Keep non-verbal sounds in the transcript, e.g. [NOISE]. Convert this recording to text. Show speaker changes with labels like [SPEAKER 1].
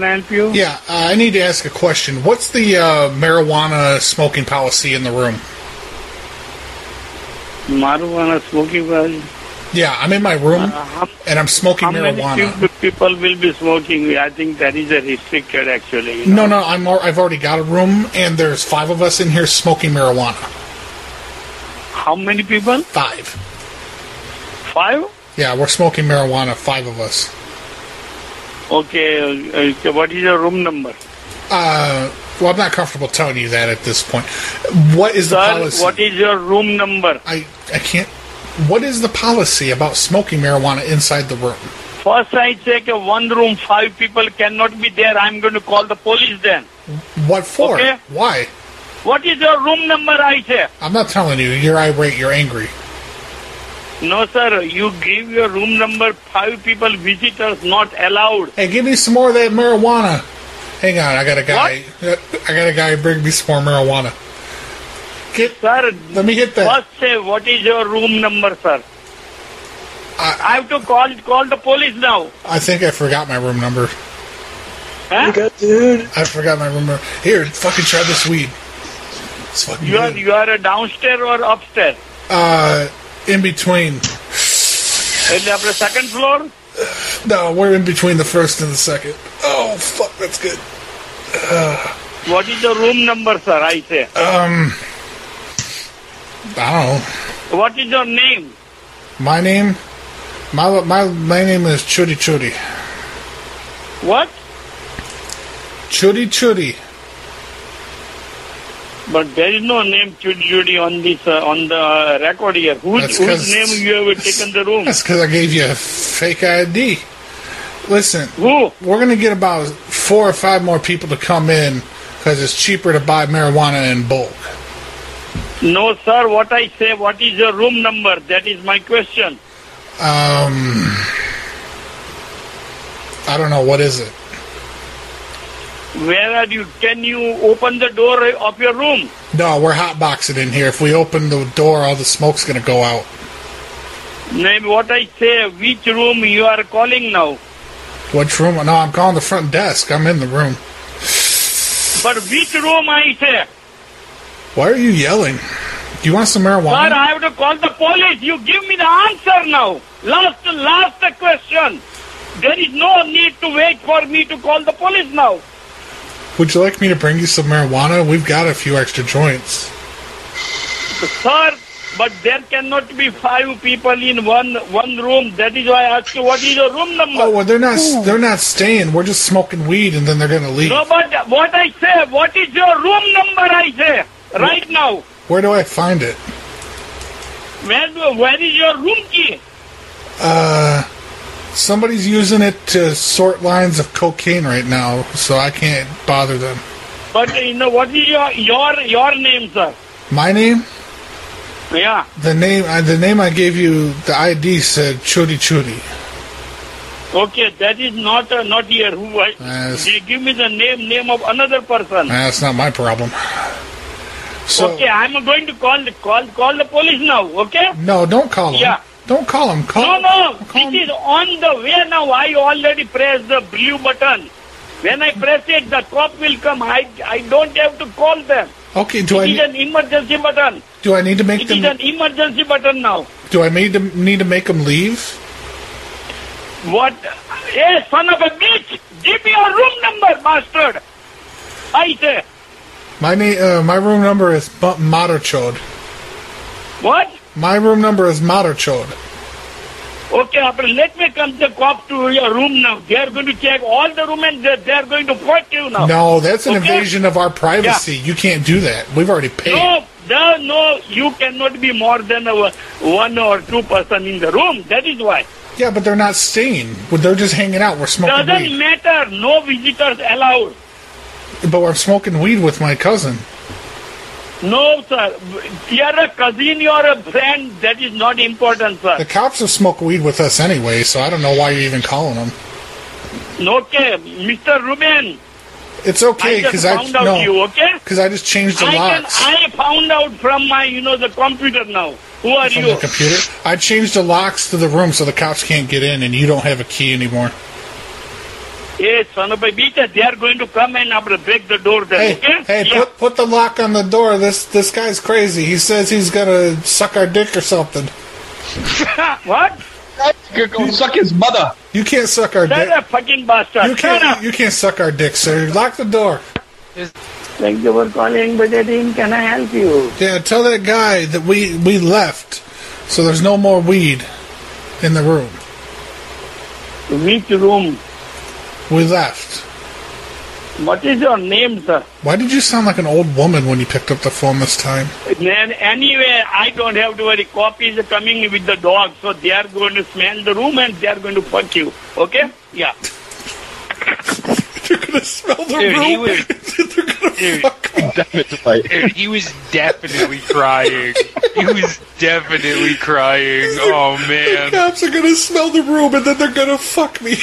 [SPEAKER 1] Land view.
[SPEAKER 2] Yeah, uh, I need to ask a question. What's the uh, marijuana smoking policy in the room?
[SPEAKER 1] Marijuana smoking well.
[SPEAKER 2] Yeah, I'm in my room
[SPEAKER 1] Uh, how,
[SPEAKER 2] and I'm smoking
[SPEAKER 1] how many
[SPEAKER 2] marijuana.
[SPEAKER 1] people- people will be smoking? I think that is a restricted actually. You
[SPEAKER 2] No,
[SPEAKER 1] know?
[SPEAKER 2] no, I'm al- I've already got a room and there's five of us in here smoking marijuana.
[SPEAKER 1] How many people?
[SPEAKER 2] Five.
[SPEAKER 1] Five?
[SPEAKER 2] Yeah, we're smoking marijuana. Five of us.
[SPEAKER 1] Okay. Uh, what is your room number?
[SPEAKER 2] Uh, well, I'm not comfortable telling you that at this point. What is the
[SPEAKER 1] Sir,
[SPEAKER 2] policy?
[SPEAKER 1] what is your room number?
[SPEAKER 2] I I can't. What is the policy about smoking marijuana inside the room?
[SPEAKER 1] First, I check uh, one room, five people cannot be there. I'm going to call the police then.
[SPEAKER 2] What for?
[SPEAKER 1] Okay.
[SPEAKER 2] Why?
[SPEAKER 1] What is your room number, I say?
[SPEAKER 2] I'm not telling you. You're irate. You're angry.
[SPEAKER 1] No, sir. You give your room number. Five people, visitors not allowed.
[SPEAKER 2] Hey, give me some more of that marijuana. Hang on, I got a guy. I got a guy. Bring me some more marijuana. Get.
[SPEAKER 1] Sir,
[SPEAKER 2] Let me hit that.
[SPEAKER 1] first say what is your room number, sir.
[SPEAKER 2] I,
[SPEAKER 1] I have to call call the police now.
[SPEAKER 2] I think I forgot my room number.
[SPEAKER 1] Huh?
[SPEAKER 3] Good dude.
[SPEAKER 2] I forgot my room number. Here, fucking try this weed. It's fucking
[SPEAKER 1] You are
[SPEAKER 2] good.
[SPEAKER 1] you are a downstairs or upstairs?
[SPEAKER 2] Uh, in between.
[SPEAKER 1] એટલે આપણે second floor?
[SPEAKER 2] No, we're in between the first and the second. Oh fuck, that's good.
[SPEAKER 1] What is the room number, sir? I say.
[SPEAKER 2] Um, I don't know.
[SPEAKER 1] What is your name?
[SPEAKER 2] My name, my my my name is Chudi Chudi.
[SPEAKER 1] What?
[SPEAKER 2] Chudi Chudi.
[SPEAKER 1] But there is no name Chud Judy on this uh, on the uh, record here.
[SPEAKER 2] That's
[SPEAKER 1] Whose,
[SPEAKER 2] 'cause-
[SPEAKER 1] whose name you have taken the room?
[SPEAKER 2] That's because I gave you a fake ID. Listen,
[SPEAKER 1] Who?
[SPEAKER 2] we're gonna get about four or five more people to come in because it's cheaper to buy marijuana in bulk.
[SPEAKER 1] No, sir. What I say? What is your room number? That is my question.
[SPEAKER 2] Um, I don't know what is it.
[SPEAKER 1] Where are you? Can you open the door of your room?
[SPEAKER 2] No, we're hotboxing in here. If we open the door, all the smoke's gonna go out.
[SPEAKER 1] Name what I say. Which room you are calling now?
[SPEAKER 2] Which room? No, I'm calling the front desk. I'm in the room.
[SPEAKER 1] But which room I say?
[SPEAKER 2] Why are you yelling? Do you want some
[SPEAKER 1] Sir,
[SPEAKER 2] marijuana?
[SPEAKER 1] I have to call the police. You give me the answer now. Last, last question. There is no need to wait for me to call the police now.
[SPEAKER 2] Would you like me to bring you some marijuana? We've got a few extra joints.
[SPEAKER 1] Sir, but there cannot be five people in one one room. That is why I ask you, what is your room number?
[SPEAKER 2] Oh well, they're not they're not staying. We're just smoking weed, and then they're gonna leave.
[SPEAKER 1] no, but what I say, what is your room number? I say right now.
[SPEAKER 2] Where do I find it?
[SPEAKER 1] Where do- where is your room key?
[SPEAKER 2] Uh, somebody's using it to sort lines of cocaine right now, so I can't bother them.
[SPEAKER 1] But uh, you know what is your your your name, sir?
[SPEAKER 2] My name,
[SPEAKER 1] Yeah.
[SPEAKER 2] the name, uh, the name I gave you, the ID said Chudi Chudi.
[SPEAKER 1] Okay, that is not uh, not here. Who? I,
[SPEAKER 2] Yes.
[SPEAKER 1] They give me the name name of another person.
[SPEAKER 2] Nah, that's not my problem. Uh, So
[SPEAKER 1] okay, I'm going to call the call call the police now. Okay.
[SPEAKER 2] no, don't call him.
[SPEAKER 1] Yeah.
[SPEAKER 2] Don't call him. Call.
[SPEAKER 1] No, no.
[SPEAKER 2] call him.
[SPEAKER 1] This is on the way now. I already pressed the blue button. When I press it, the cop will come. I I don't have to call them.
[SPEAKER 2] Okay, do I
[SPEAKER 1] It is
[SPEAKER 2] need,
[SPEAKER 1] an emergency button.
[SPEAKER 2] do I need to make
[SPEAKER 1] It is
[SPEAKER 2] them?
[SPEAKER 1] an emergency button now.
[SPEAKER 2] Do I need to need to make them leave?
[SPEAKER 1] What? Hey, son of a bitch! Give me your room number, bastard! I say,
[SPEAKER 2] My name, uh, my room number is Bu- Matarchod.
[SPEAKER 1] what?
[SPEAKER 2] My room number is Matarchod.
[SPEAKER 1] Okay, April, let me come the cop to your room now. They are going to check all the room and they they are going to fight you now.
[SPEAKER 2] No, that's an
[SPEAKER 1] Okay.
[SPEAKER 2] invasion of our privacy. You can't do that. We've already paid.
[SPEAKER 1] No, no, no, you cannot be more than a, one or two person in the room. That is why.
[SPEAKER 2] Yeah, but they're not staying. Well, They're just hanging out. We're smoking
[SPEAKER 1] Doesn't
[SPEAKER 2] weed,
[SPEAKER 1] matter. No visitors allowed.
[SPEAKER 2] but I'm smoking weed with my cousin.
[SPEAKER 1] No, sir. You are a cousin, you are a friend. That is not important,
[SPEAKER 2] The
[SPEAKER 1] sir.
[SPEAKER 2] cops have smoked weed with us anyway, so I don't know why you're even calling them.
[SPEAKER 1] Okay, Mr. Ruben,
[SPEAKER 2] It's
[SPEAKER 1] I
[SPEAKER 2] okay
[SPEAKER 1] just
[SPEAKER 2] because I,
[SPEAKER 1] found out you,
[SPEAKER 2] no
[SPEAKER 1] okay?
[SPEAKER 2] because I just changed the
[SPEAKER 1] I, can,
[SPEAKER 2] locks
[SPEAKER 1] I found out from my, you know, the computer now. Who are
[SPEAKER 2] from
[SPEAKER 1] you?
[SPEAKER 2] the computer. I changed the locks to the room so the cops can't get in, and you don't have a key anymore.
[SPEAKER 1] Hey, son of a bitch, they are going to come and I'm going to break the door there,
[SPEAKER 2] Hey,
[SPEAKER 1] okay?
[SPEAKER 2] hey,
[SPEAKER 1] Yeah.
[SPEAKER 2] put put the lock on the door. This this guy's crazy. He says he's gonna suck our dick or something.
[SPEAKER 1] [LAUGHS] what?
[SPEAKER 3] You're going to suck his mother.
[SPEAKER 2] You can't suck our
[SPEAKER 1] Shut
[SPEAKER 2] dick.
[SPEAKER 1] up, fucking bastard.
[SPEAKER 2] You
[SPEAKER 1] Shut up.
[SPEAKER 2] can't you can't suck our dick, sir. Lock the door.
[SPEAKER 1] Thank you for calling, Budgeting. Can I help you?
[SPEAKER 2] Yeah, tell that guy that we we left, so there's no more weed in the room.
[SPEAKER 1] Which room?
[SPEAKER 2] We left.
[SPEAKER 1] What is your name, sir?
[SPEAKER 2] Why did you sound like an old woman when you picked up the phone this time?
[SPEAKER 1] Then anyway, I don't have to worry. Cop is coming with the dog, so they are going to smell the room and they are going to fuck you. Okay? Yeah.
[SPEAKER 2] You're gonna smell the
[SPEAKER 4] Dude, he
[SPEAKER 2] room.
[SPEAKER 4] was-
[SPEAKER 2] [LAUGHS] They're gonna
[SPEAKER 4] Dude.
[SPEAKER 2] fuck off.
[SPEAKER 3] Damn it, Dwight.
[SPEAKER 4] Dude, he was definitely crying. He was definitely crying. Oh
[SPEAKER 2] The
[SPEAKER 4] man.
[SPEAKER 2] cops are gonna smell the room and then they're gonna fuck me.